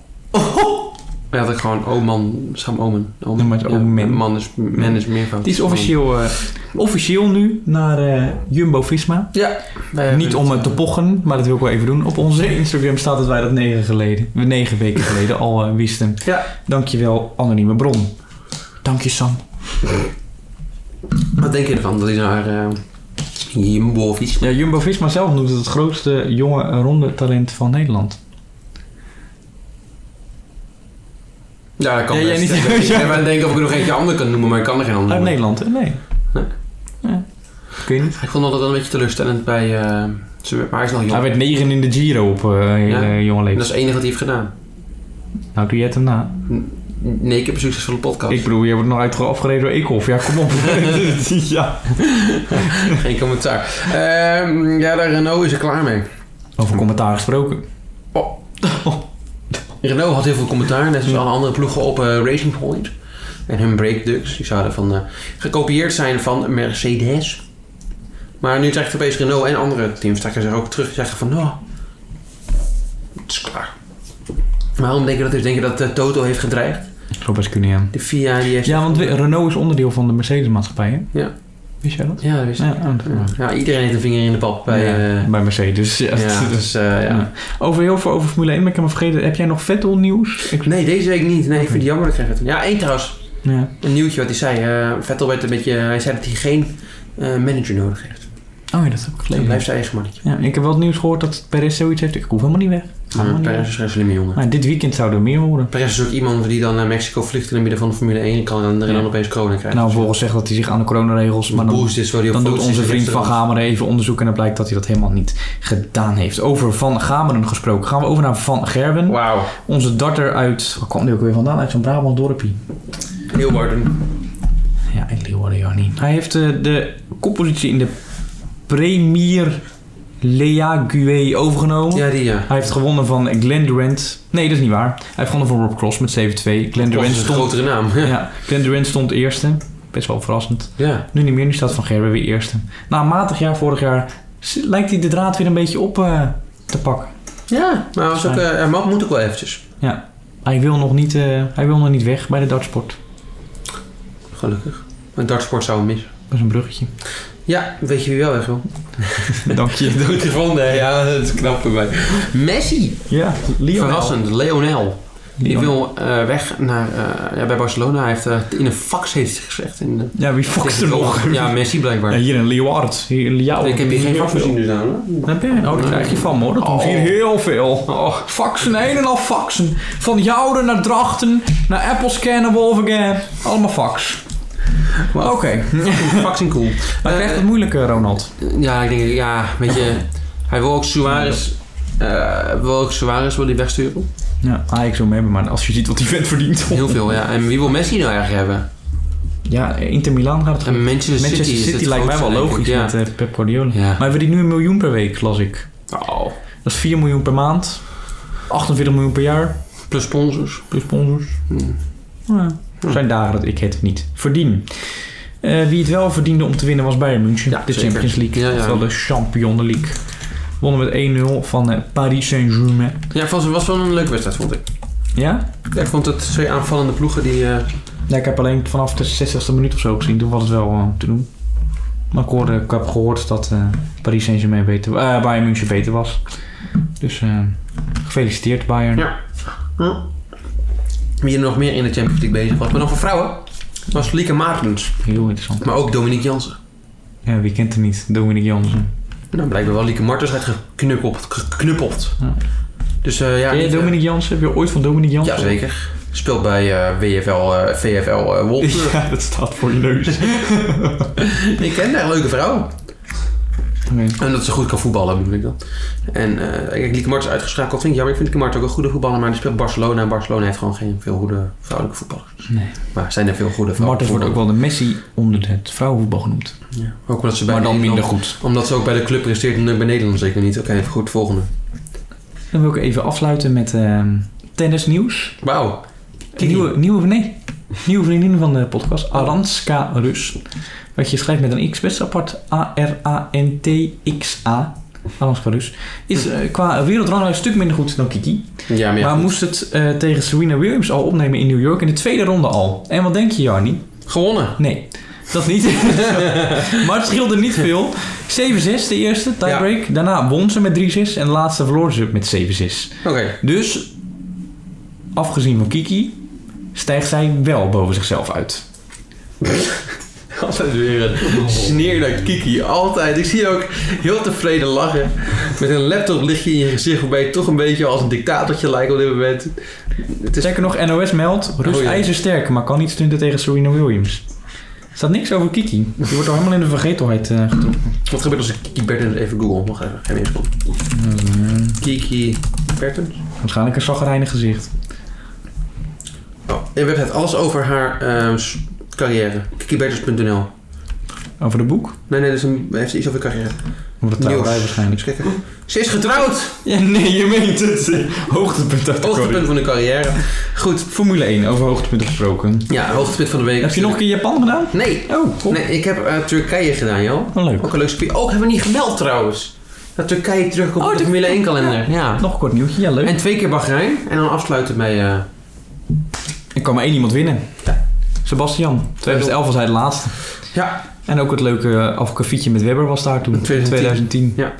B: Ja, dat ik gewoon Oman, Sam Omen. Omen.
C: Ja, maar het Omen.
B: man is, man is meervoud.
C: Die is officieel, eh, officieel nu naar eh, Jumbo Visma.
B: Ja. wij hebben eh,
C: Niet om het te pochen, maar dat wil ik wel even doen. Op onze Instagram staat dat wij dat negen, geleden, negen weken geleden al eh, wisten.
B: Ja.
C: Dankjewel, anonieme bron. Dank je, Sam.
B: Wat denk je ervan? Dat is naar eh Jimbo of iets.
C: Ja, Jumbo Visma zelf noemt het het grootste jonge ronde talent van Nederland.
B: Ja, dat kan
C: Ja, jij
B: best.
C: niet.
B: Ik ben- Ik ben aan het denken of ik nog eentje ander kan noemen, maar ik kan er geen ander
C: Uit
B: noemen.
C: Nederland? eh, Nee.
B: Nee.
C: Ja. Ik weet niet.
B: Ik vond dat wel een beetje teleurstellend bij... eh, ze- maar hij is nog jong.
C: Hij werd negen in de Giro op eh
B: Ja.
C: eh, jonge
B: En
C: leeftijd.
B: dat is het enige wat hij heeft gedaan.
C: Nou, doe jij het hem na.
B: Nee, ik heb een succesvolle podcast.
C: Ik bedoel, je wordt nog uit afgereden door Eekhoff. Ja, kom op. ja.
B: Geen commentaar. Ehm, ja, de Renault is er klaar mee.
C: Over commentaar gesproken.
B: Oh. Renault had heel veel commentaar, net zoals alle andere ploegen op eh, Racing Point. En hun breakducks, die zouden van, eh, gekopieerd zijn van Mercedes. Maar nu trekt opeens Renault en andere teams trekken zich ook terug en zeggen van... Oh, het is klaar. Waarom denk je dat is? Denk je dat eh, Toto heeft gedreigd?
C: Robert Cunningham.
B: De FIA die heeft...
C: Ja, want we- Renault is onderdeel van de Mercedes-maatschappij, hè?
B: Ja.
C: Wist jij dat?
B: Ja, dat wist ik.
C: Ja,
B: Ja, iedereen heeft een vinger in de pap bij... eh,
C: bij Mercedes. Ja.
B: ja, dus, eh, ja.
C: Ja. Over heel veel over Formule 1 ben ik helemaal vergeten. Heb jij nog Vettel nieuws? Ik-
B: Nee, deze week niet. Nee, ik vind het jammer dat ik geen Vettel... Ja, één trouwens.
C: Ja.
B: Een nieuwtje wat hij zei. Eh, Vettel werd een beetje... Hij zei dat hij geen eh, manager nodig heeft.
C: Oh ja, dat heb ik
B: Hij
C: gelezen.
B: blijft zijn eigen mannetje.
C: Ja, ik heb wel het nieuws gehoord dat Perez zoiets heeft. Ik hoef helemaal niet weg. Ik ga
B: Maar
C: helemaal niet
B: Perez
C: weg.
B: is geen slimme jongen.
C: Maar dit weekend zou er meer worden.
B: Perez is ook iemand die dan naar Mexico vliegt in het midden van de Formule 1 kan en er
C: Ja.
B: dan opeens corona krijgt.
C: Nou, volgens zegt dat hij zich aan de coronaregels... Maar
B: een
C: dan,
B: boost is waar hij op
C: dan doet
B: foto's
C: onze
B: is
C: vriend Van
B: gisteren.
C: Gameren even onderzoek... en dan blijkt dat hij dat helemaal niet gedaan heeft. Over Van Gameren gesproken. Gaan we over naar Van Gerwen.
B: Wauw.
C: Onze darter uit... Waar kwam die ook weer vandaan? Uit zo'n Brabant dorpje.
B: Heel warden.
C: Ja, in Leeuwarden, Jannie. Hij heeft eh, de koppositie in de Premier League overgenomen.
B: Ja, die ja.
C: Hij heeft gewonnen van Glenn Durant. Nee, dat is niet waar. Hij heeft gewonnen van Rob Cross met 7-2. Glenn
B: Dat
C: Durant,
B: is een
C: stond,
B: grotere naam.
C: ja, Glenn Durant stond eerste. Best wel verrassend.
B: Ja.
C: Nu niet meer, nu staat Van Gerwen weer eerste. Na een matig jaar vorig jaar s- lijkt hij de draad weer een beetje op eh, te pakken.
B: Ja. Maar als ook,
C: Fijn.
B: eh, hij mag, moet ook wel eventjes.
C: Hij wil nog niet, eh, hij wil nog niet weg bij de dartsport.
B: Gelukkig. Een dartsport zou hem missen.
C: Dat is een bruggetje.
B: Ja, weet je wie wel weg wil?
C: Dank je.
B: Dood gevonden, ja, dat is knap voor mij. Messi!
C: Ja, Lionel.
B: Verrassend, Leonel. Die
C: Lionel.
B: wil eh, weg naar, eh, ja, bij Barcelona. Hij heeft eh, in een fax heeft hij gezegd. In de,
C: Ja, wie fokt er nog?
B: Ja, Messi blijkbaar.
C: Ja, hier in Leeuwarden. Hier in Leeuwarden.
B: ik heb hier geen fax gezien dus aan. hoor.
C: Heb je? Oh, daar krijg je van, hoor. Dat doen
B: Oh.
C: hier heel veel. Faxen, een en al faxen. Van Jouden naar Drachten, naar Appelscan Wolvergem. Allemaal fax. Oké.
B: Wauw. Fucking cool.
C: Hij
B: Eh,
C: krijgt het moeilijk, eh, Ronald.
B: Ja, ik denk, ja, weet je, hij wil ook Suarez, eh, wil ook Suarez wil hij wegsturen.
C: Ja, ah, ik zou hem hebben, maar als je ziet wat die vent verdient.
B: Heel veel, ja. En wie wil Messi nou eigenlijk hebben?
C: Ja, Inter Milaan gaat het goed.
B: En Manchester,
C: Manchester
B: City, is
C: City,
B: het
C: lijkt mij wel
B: grootste,
C: logisch
B: denk
C: met
B: ik,
C: eh, Pep Guardiola.
B: Ja.
C: Maar hij verdient nu een miljoen per week, las ik.
B: ja. Oh,
C: Dat is 4 miljoen per maand. 48 miljoen per jaar,
B: plus sponsors.
C: plus sponsors.
B: Hmm.
C: Ja. Er zijn dagen dat ik het niet verdien. Eh, wie het wel verdiende om te winnen was Bayern München.
B: Ja,
C: de
B: zeker.
C: Champions League,
B: Ja, ja.
C: oftewel de Champion League. Wonnen met 1-0 van eh, Paris Saint-Germain.
B: Ja, het was, was wel een leuke wedstrijd, vond ik.
C: Ja?
B: Ja, ik vond het twee aanvallende ploegen die... eh,
C: ja? Ik heb alleen vanaf de 60ste minuut of zo gezien. Toen was het wel eh, te doen. Maar ik, hoorde, ik heb gehoord dat eh, Paris Saint-Germain beter, eh, Bayern München beter was. Dus eh, gefeliciteerd Bayern.
B: Ja. Hm? wie er nog meer in de Champions League bezig was. Maar nog voor vrouwen was Lieke Maartens,
C: Heel interessant.
B: maar ook Dominique Jansen.
C: Ja, wie kent hem niet? Dominic Jansen.
B: Nou, blijkbaar wel Lieke Martens werd geknuppeld. geknuppeld.
C: Ja.
B: Dus eh, ja...
C: Ken je
B: niet, eh,
C: Dominic Jansen? Heb je ooit van Dominic Jansen?
B: Jazeker. Speelt bij eh, WFL, eh, VFL eh, Wolfsburg.
C: Ja, dat staat voor je neus.
B: Ik ken daar een leuke vrouw.
C: Oké.
B: En dat ze goed kan voetballen, bedoel ik dan. En eh kijk, Lieke Martens uitgeschakeld vind ik jammer. Ik vind Lieke Martens ook een goede voetballer, maar die speelt Barcelona. En Barcelona heeft gewoon geen veel goede vrouwelijke voetballers.
C: Nee.
B: Maar zijn er veel goede vrouwelijke
C: Martens wordt ook wel de Messi onder het vrouwenvoetbal genoemd.
B: Ja. Ook omdat ze bij
C: maar dan minder
B: Nederland-
C: goed.
B: Omdat ze ook bij de club presteert en bij Nederland zeker niet. Oké, goed, volgende.
C: Dan wil ik even afsluiten met ehm, tennisnieuws.
B: Wauw.
C: Een Nieuwe, nieuwe, nee, nieuwe vriendin van de podcast, Aranska Rus. Wat je schrijft met een X, best apart. A-R-A-N-T-X-A. Aranska Rus. Is eh, qua wereldranglijst een stuk minder goed dan Kiki.
B: Ja, maar ja,
C: maar moest het eh, tegen Serena Williams al opnemen in New York in de tweede ronde al. En wat denk je, Jarnie?
B: gewonnen.
C: Nee, dat niet. maar het scheelde niet veel. 7-6 de eerste, tiebreak. Daarna won ze met 3-6 en de laatste verloor ze met 7-6.
B: Oké.
C: Dus, afgezien van Kiki, stijgt zij wel boven zichzelf uit.
B: Altijd weer een sneer naar Kiki. Altijd. Ik zie je ook heel tevreden lachen. Met een laptop lig je in je gezicht waarbij je toch een beetje als een dictatortje lijkt op dit moment. Het is...
C: Zeker nog, NOS meldt, Rus
B: Oh ja.
C: ijzersterk, maar kan niet stunten tegen Serena Williams. Er staat niks over Kiki. Die wordt al helemaal in de vergetelheid eh, getrokken.
B: Wat gebeurt als ik Kiki Bertens even google? Wacht even, geen eens Kiki Bertens?
C: Waarschijnlijk een zagrijnig gezicht.
B: Oh, en we hebben het alles over haar ehm, s- carrière. KikiBertens.nl
C: Over de boek?
B: Nee, nee, dus een, heeft ze iets over carrière.
C: Over de
B: Nieuws.
C: trouwerij waarschijnlijk.
B: Eens kijken. Ze is getrouwd!
C: Ja, nee, je meent het. Hoogtepunt uit de
B: Hoogtepunt van de carrière. Goed.
C: Formule 1, over hoogtepunten gesproken.
B: Ja, hoogtepunt van de week.
C: Heb je nog een keer Japan gedaan?
B: Nee,
C: Oh, cool.
B: Nee, ik heb eh, Turkije gedaan, joh.
C: Oh, leuk.
B: Ook een leuk spel. Ook hebben we niet gemeld trouwens. Dat Turkije terugkomt
C: Oh,
B: op de
C: Tur-
B: Formule 1 kalender. Ja.
C: Nog een kort nieuwtje, ja leuk.
B: En twee keer Bahrein. En dan afsluiten met... eh,
C: er kan maar één iemand winnen. Sebastian. 2011 was hij de laatste.
B: Ja,
C: En ook het leuke afkoffietje met Webber was daar toen,
B: 2010.
C: 2010.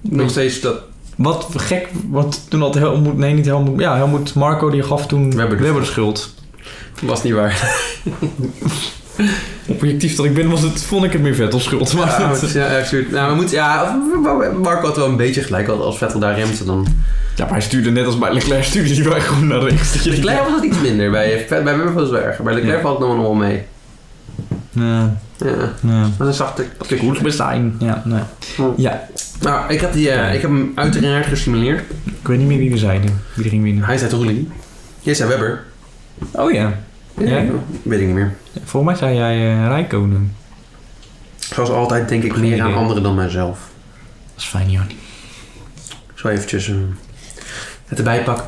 B: nog steeds dat.
C: Wat gek, want toen had Helmoet, nee niet Helmoet, ja Helmoet Marco die gaf toen
B: Webber de
C: Webber de schuld.
B: Was niet waar.
C: Objectief dat ik ben was het, vond ik het meer Vettel schuld. Maar
B: Ja,
C: goed.
B: het is- ja, absoluut. Nou, we moeten, ja, Marco had wel een beetje gelijk. want Als Vettel daar remt, dan...
C: Ja, maar hij stuurde net als bij Leclerc, stuurde hij wel gewoon naar rechts. Dat je denkt,
B: Leclerc was het iets minder. Bij, bij Webber was het wel erger. Bij Leclerc
C: Ja.
B: valt het nog wel mee.
C: Ja,
B: Ja,
C: ja.
B: dat is zachte
C: Kijk, hoe het zijn. Ja, nee.
B: Nou, ik heb, die, eh, ik heb hem uiteraard gesimuleerd.
C: Ik weet niet meer wie we zeiden, wie er ging winnen.
B: Hij zei Roeling. Jij zei Webber.
C: Oh ja, Ja.
B: Weet ik niet meer.
C: volgens mij zei jij eh Rijkonen.
B: Zoals altijd denk ik
C: Geen
B: meer
C: idee.
B: aan anderen dan mijzelf.
C: Dat is fijn, Jan.
B: Ik zal eventjes eh, het erbij pakken.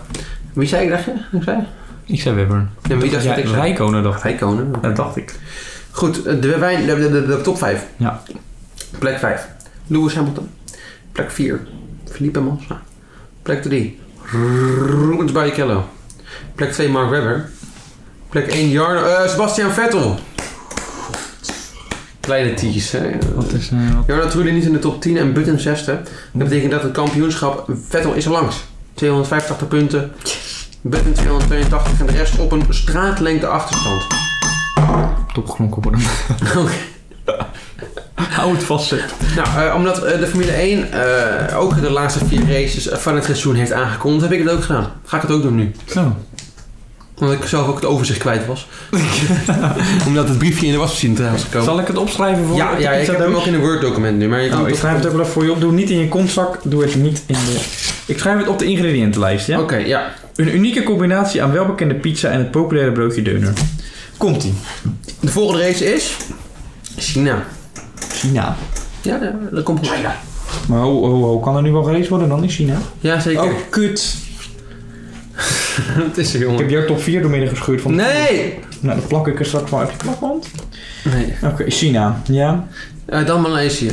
B: Wie zei ik, dacht je? Ik zei?
C: Ik zei Webber.
B: Nee, maar wie dacht je
C: Ja,
B: dat ik zei?
C: Rijkonen dacht ik.
B: Rijkonen.
C: Dat dacht ik.
B: Goed, de, wijn, de, de, de- de top 5.
C: Ja.
B: Plek 5. Lewis Hamilton. Plek 4. Felipe Massa. Nou, Plek 3. Rubens Barrichello. Plek 2 Mark Webber. Plek 1 Jarno, eh, Sebastian Vettel. Kleine tietjes, hè.
C: Wat is... eh, wat-
B: Jarno Trulli niet in de top 10 en Button 6 Dat betekent dat het kampioenschap Vettel is er langs. 285 punten. Button 282 en de rest op een straatlengte achterstand.
C: Topgeklonken worden.
B: Oké.
C: Hou het vast. zeg.
B: Nou, eh, omdat eh, de Formule 1 eh, ook de laatste vier races eh, van het seizoen heeft aangekondigd, heb ik het ook gedaan. Ga ik het ook doen nu.
C: Zo.
B: Oh. Omdat ik zelf ook het overzicht kwijt was. omdat het briefje in de wasmachine terecht is gekomen.
C: Zal ik het opschrijven voor
B: Ja,
C: je?
B: ja, ik heb hem ook in een Word document nu. Maar je kan
C: Nou, ik
B: toch-
C: schrijf het ook wel even voor je op. Doe het niet in je kontzak. Doe het niet in de... Ik schrijf het op de ingrediëntenlijst, ja?
B: Oké, ja.
C: Een unieke combinatie aan welbekende pizza en het populaire broodje deuner. Komt-ie.
B: De volgende race is China.
C: China.
B: Ja, ja, dat komt goed.
C: Maar ho, ho, ho, kan er nu wel gereisd worden dan in China? Oh,
B: Ja, zeker.
C: kut.
B: Oh, het is er,
C: Ik heb
B: jongen.
C: jouw top 4 doormidden gescheurd van...
B: Nee!
C: Nou, dan plak ik er straks wel op je plakband.
B: nee.
C: Oké, China. Ja.
B: Eh, dan Maleisië.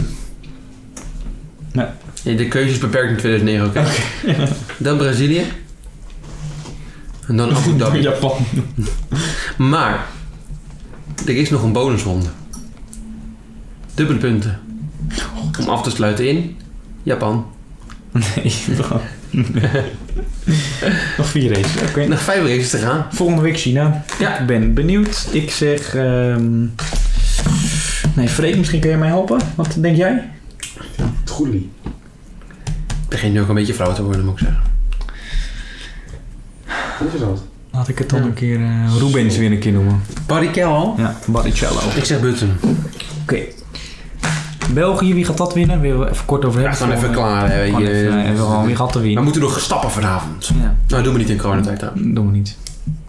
C: Nee.
B: Ja, de keuze is beperkt in 2009, oké. Dan Brazilië. En dan Abu Dhabi.
C: Japan.
B: Maar er is nog een bonusronde. Dubbele punten. Om af te sluiten in Japan.
C: Nee. bro. Nog vier races. Oké.
B: Nog vijf races te gaan.
C: Nou, Volgende week China.
B: Ja.
C: Ik ben benieuwd. Ik zeg... ehm, Nee, Freek, misschien kun je mij helpen. Wat denk jij?
E: Trulli.
B: Het begint nu ook een beetje flauw te worden, moet ik zeggen.
E: Weet je dat?
C: Laat ik het dan een keer... eh, Rubens weer een keer noemen.
B: Barrichello.
C: Ja, Baricello. Oké.
B: Ik zeg Button.
C: België, wie gaat dat winnen? Wil we even kort over
B: Ja,
C: hebben?
B: gewoon even klaar. Hè,
C: Gewoon
B: weet je.
C: even, eh, even gewoon, wie gaat er
B: We
C: winnen?
B: moeten nog stappen vanavond.
C: Ja,
B: Nou, doen we niet in coronatijd aan.
C: doen we niet.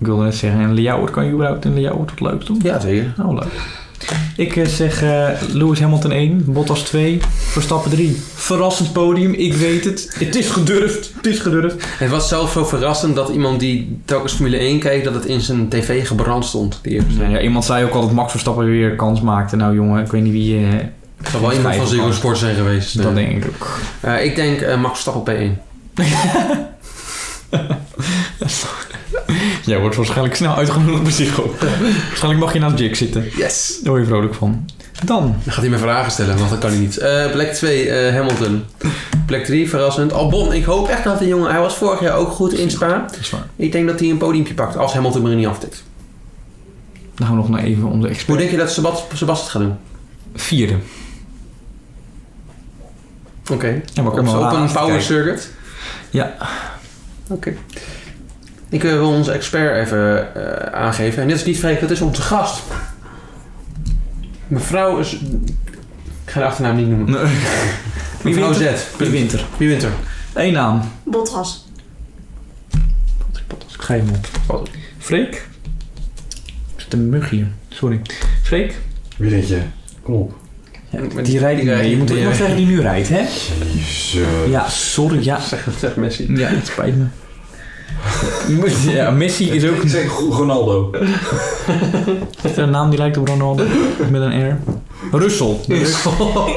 C: Ik wilde net zeggen, een layout kan je überhaupt een layout wat leuks doen?
B: Ja, zeker.
C: Nou, leuk. Ik eh, zeg eh, Lewis Hamilton 1, Bottas 2, Verstappen 3. Verrassend podium, ik weet het. Het is gedurfd, het is gedurfd.
B: Het was zelfs zo verrassend dat iemand die telkens Formule 1 keek, dat het in zijn tv gebrand stond. Die eerste.
C: Nou Ja, iemand zei ook al dat Max Verstappen weer kans maakte. Nou jongen, ik weet niet wie... eh,
B: Het zou wel iemand van Ziggo Sport zijn geweest.
C: dat
B: Eh,
C: denk ik ook.
B: eh, ik denk eh, Max Verstappen op P1.
C: Jij wordt waarschijnlijk snel uitgenodigd bij Ziggo. waarschijnlijk mag je naast Jig zitten.
B: Yes!
C: Daar word je vrolijk van. Dan
B: Dan gaat hij me vragen stellen, want dat kan hij niet. Eh, plek 2, eh, Hamilton. Plek 3, verrassend. Albon, ik hoop echt dat de jongen... Hij was vorig jaar ook goed in Spa.
C: Dat is waar.
B: Ik denk dat hij een podiumpje pakt, als Hamilton maar niet aftikt.
C: Dan gaan we nog naar even om de
B: Hoe
C: expert.
B: denk je dat Sebast- Sebastian gaat doen?
C: Vierde.
B: Oké.
C: Ja, maar
B: Ook, ook een power circuit?
C: Ja.
B: Oké. Ik eh, wil onze expert even eh, aangeven. En dit is niet Freek, dat is onze gast. Mevrouw is... Ik ga de achternaam niet noemen.
C: Wie
B: Mevrouw
C: wint er?
B: Z.
C: Wie wint er?
B: Wie wint er?
C: Eén naam.
F: Botras.
C: Ga je op. Freek? Er zit een mug hier. Sorry. Freek?
E: Wie denk je? Kom op.
B: Die
C: die rijdt niet
B: rijdt
C: mee. Je
B: niet
C: moet
B: mee.
C: iemand zeggen die nu rijdt, hè?
E: Jezus.
C: Ja, sorry. Ja,
B: Zeg, zeg Messi.
C: ja het spijt me. Je moet- Ja, Messi is ook
E: Ik zeg Ronaldo.
C: Is er een naam die lijkt op Ronaldo met een R. Russell.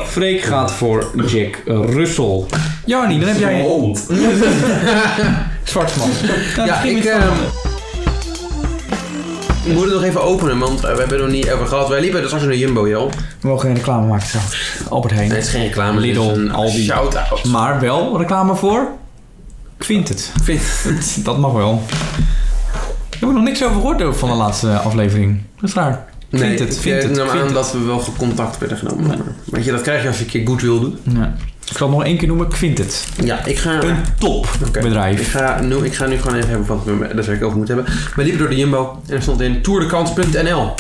C: Freek gaat voor Jack Russell. Jarnie, dan heb jij...
E: Hond.
C: Zwartman. eh,
B: Ja, ik... ehm, We moeten nog even openen, want eh, we hebben het nog niet over gehad. Wij liepen dus straks naar Jumbo, joh.
C: We mogen geen reclame maken trouwens. Albert Heijn.
B: Nee, het is geen reclame. het is
C: Lidl,
B: een
C: Aldi.
B: Shout-out.
C: Maar wel reclame voor... Ik vind het.
B: Ik vind-
C: Dat mag wel. Ik heb er nog niks over gehoord ook van de laatste aflevering. Dat is raar. Vindt
B: Nee,
C: het,
B: ik,
C: vindt
B: eh,
C: het,
B: nam
C: vindt
B: aan
C: het.
B: dat we wel contact werden genomen. Maar, weet je, dat krijg je als je een keer goed wil doen.
C: Ja. Ik zal het nog één keer noemen. Ik vind het.
B: Ja, ik ga...
C: Een
B: Oké. Ik
C: topbedrijf.
B: ga, nu, ik ga nu gewoon even hebben wat we daar zou ik over moeten hebben. We liepen door de Jumbo en er stond in tourdekans.nl.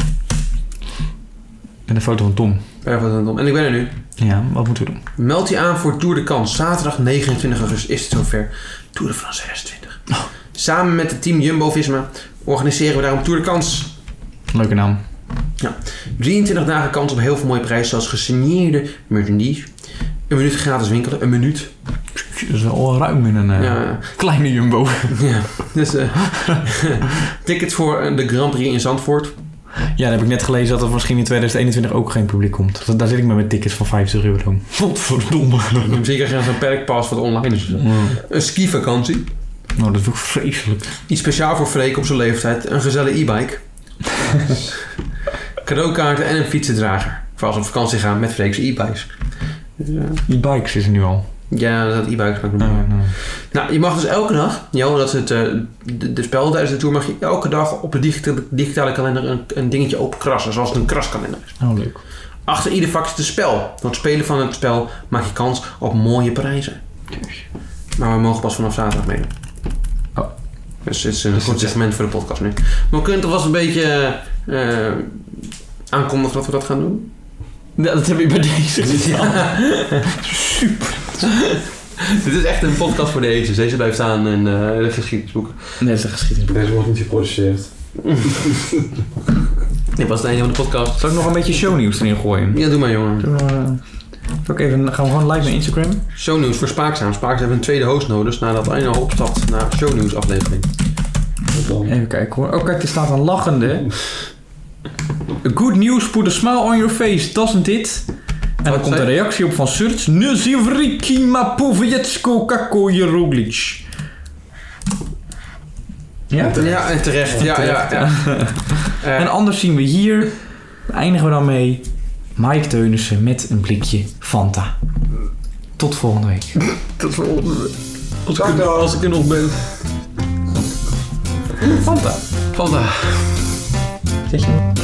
C: En een foto van Tom.
B: En ik ben er nu.
C: Ja, wat moeten we doen?
B: Meld je aan voor Tour de Kans. Zaterdag 29 augustus is het zover. Tour de France 26. Samen met het team Jumbo-Visma organiseren we daarom Tour de Kans.
C: Leuke naam.
B: Ja. 23 dagen kans op heel veel mooie prijzen, zoals gesigneerde merchandise. Een minuut gratis winkelen, een minuut.
C: Dat is wel ruim in een eh,
B: Ja,
C: kleine jumbo.
B: ja. Dus, eh, tickets voor eh, de Grand Prix in Zandvoort.
C: Ja, dan heb ik net gelezen dat er misschien in 2021 ook geen publiek komt. Want Daar zit ik maar met tickets van 50 euro. Wat verdomme.
B: Zeker gaan zo'n perkpas wat online is. Een skivakantie.
C: Nou, dat is ook vreselijk.
B: Iets speciaal voor Freek op zijn leeftijd. Een gezelle e-bike. Cadeaukaarten en een fietsendrager. Voor als we op vakantie gaan met Freek's e-bikes.
C: E-bikes is er nu al. eh,
B: Ja, dat e-bikes maakt me niet uit. Nou, je mag dus elke dag, Jo, dat is het, eh, de, de spel tijdens de tour, mag je elke dag op de digitale, digitale kalender een, een dingetje opkrassen, zoals het een kraskalender is.
C: Nou, leuk.
B: Achter ieder vak is het spel. Door het spelen van het spel maak je kans op mooie prijzen. Maar we mogen pas vanaf zaterdag meedoen.
C: Oh.
B: Dus het is een goed segment voor de podcast nu. Maar we kunnen toch wel eens een beetje eh, eh, aankondigen dat we dat gaan doen?
C: dat heb ik bij deze
B: Super. Dit is echt een podcast voor de ages. Deze blijft staan in eh, de geschiedenisboeken.
C: Net is een geschiedenis.
E: Deze wordt niet geproduceerd.
B: Dit was het einde van de podcast.
C: Zal ik nog een beetje shownieuws erin gooien? eh,
B: Ja, doe maar jongen.
C: Zal ik even, gaan we gewoon live naar Instagram?
B: Shownieuws voor Spaakzaam. Spaakzaam heeft een tweede host nodig dus nadat Aino opstapt naar shownieuws aflevering.
E: Wat dan?
C: Even kijken hoor. Oh kijk, er staat een lachende. Good news, put a smile on your face, doesn't it? En dan
B: Wat
C: komt
B: zei-
C: een reactie op van Surts. Nuzivriki Mapovetsko Kako Jeroglic. Ja?
B: Ja, en terecht. Ja, ja, ja. Eh,
C: En anders zien we hier, eindigen we dan mee, Mike Teunissen met een blikje Fanta. Tot volgende week.
B: tot volgende week. Als ik,
E: Dag,
B: er-
E: dag.
B: als ik er nog ben.
C: Fanta.
B: Vandaag.
C: Zet je?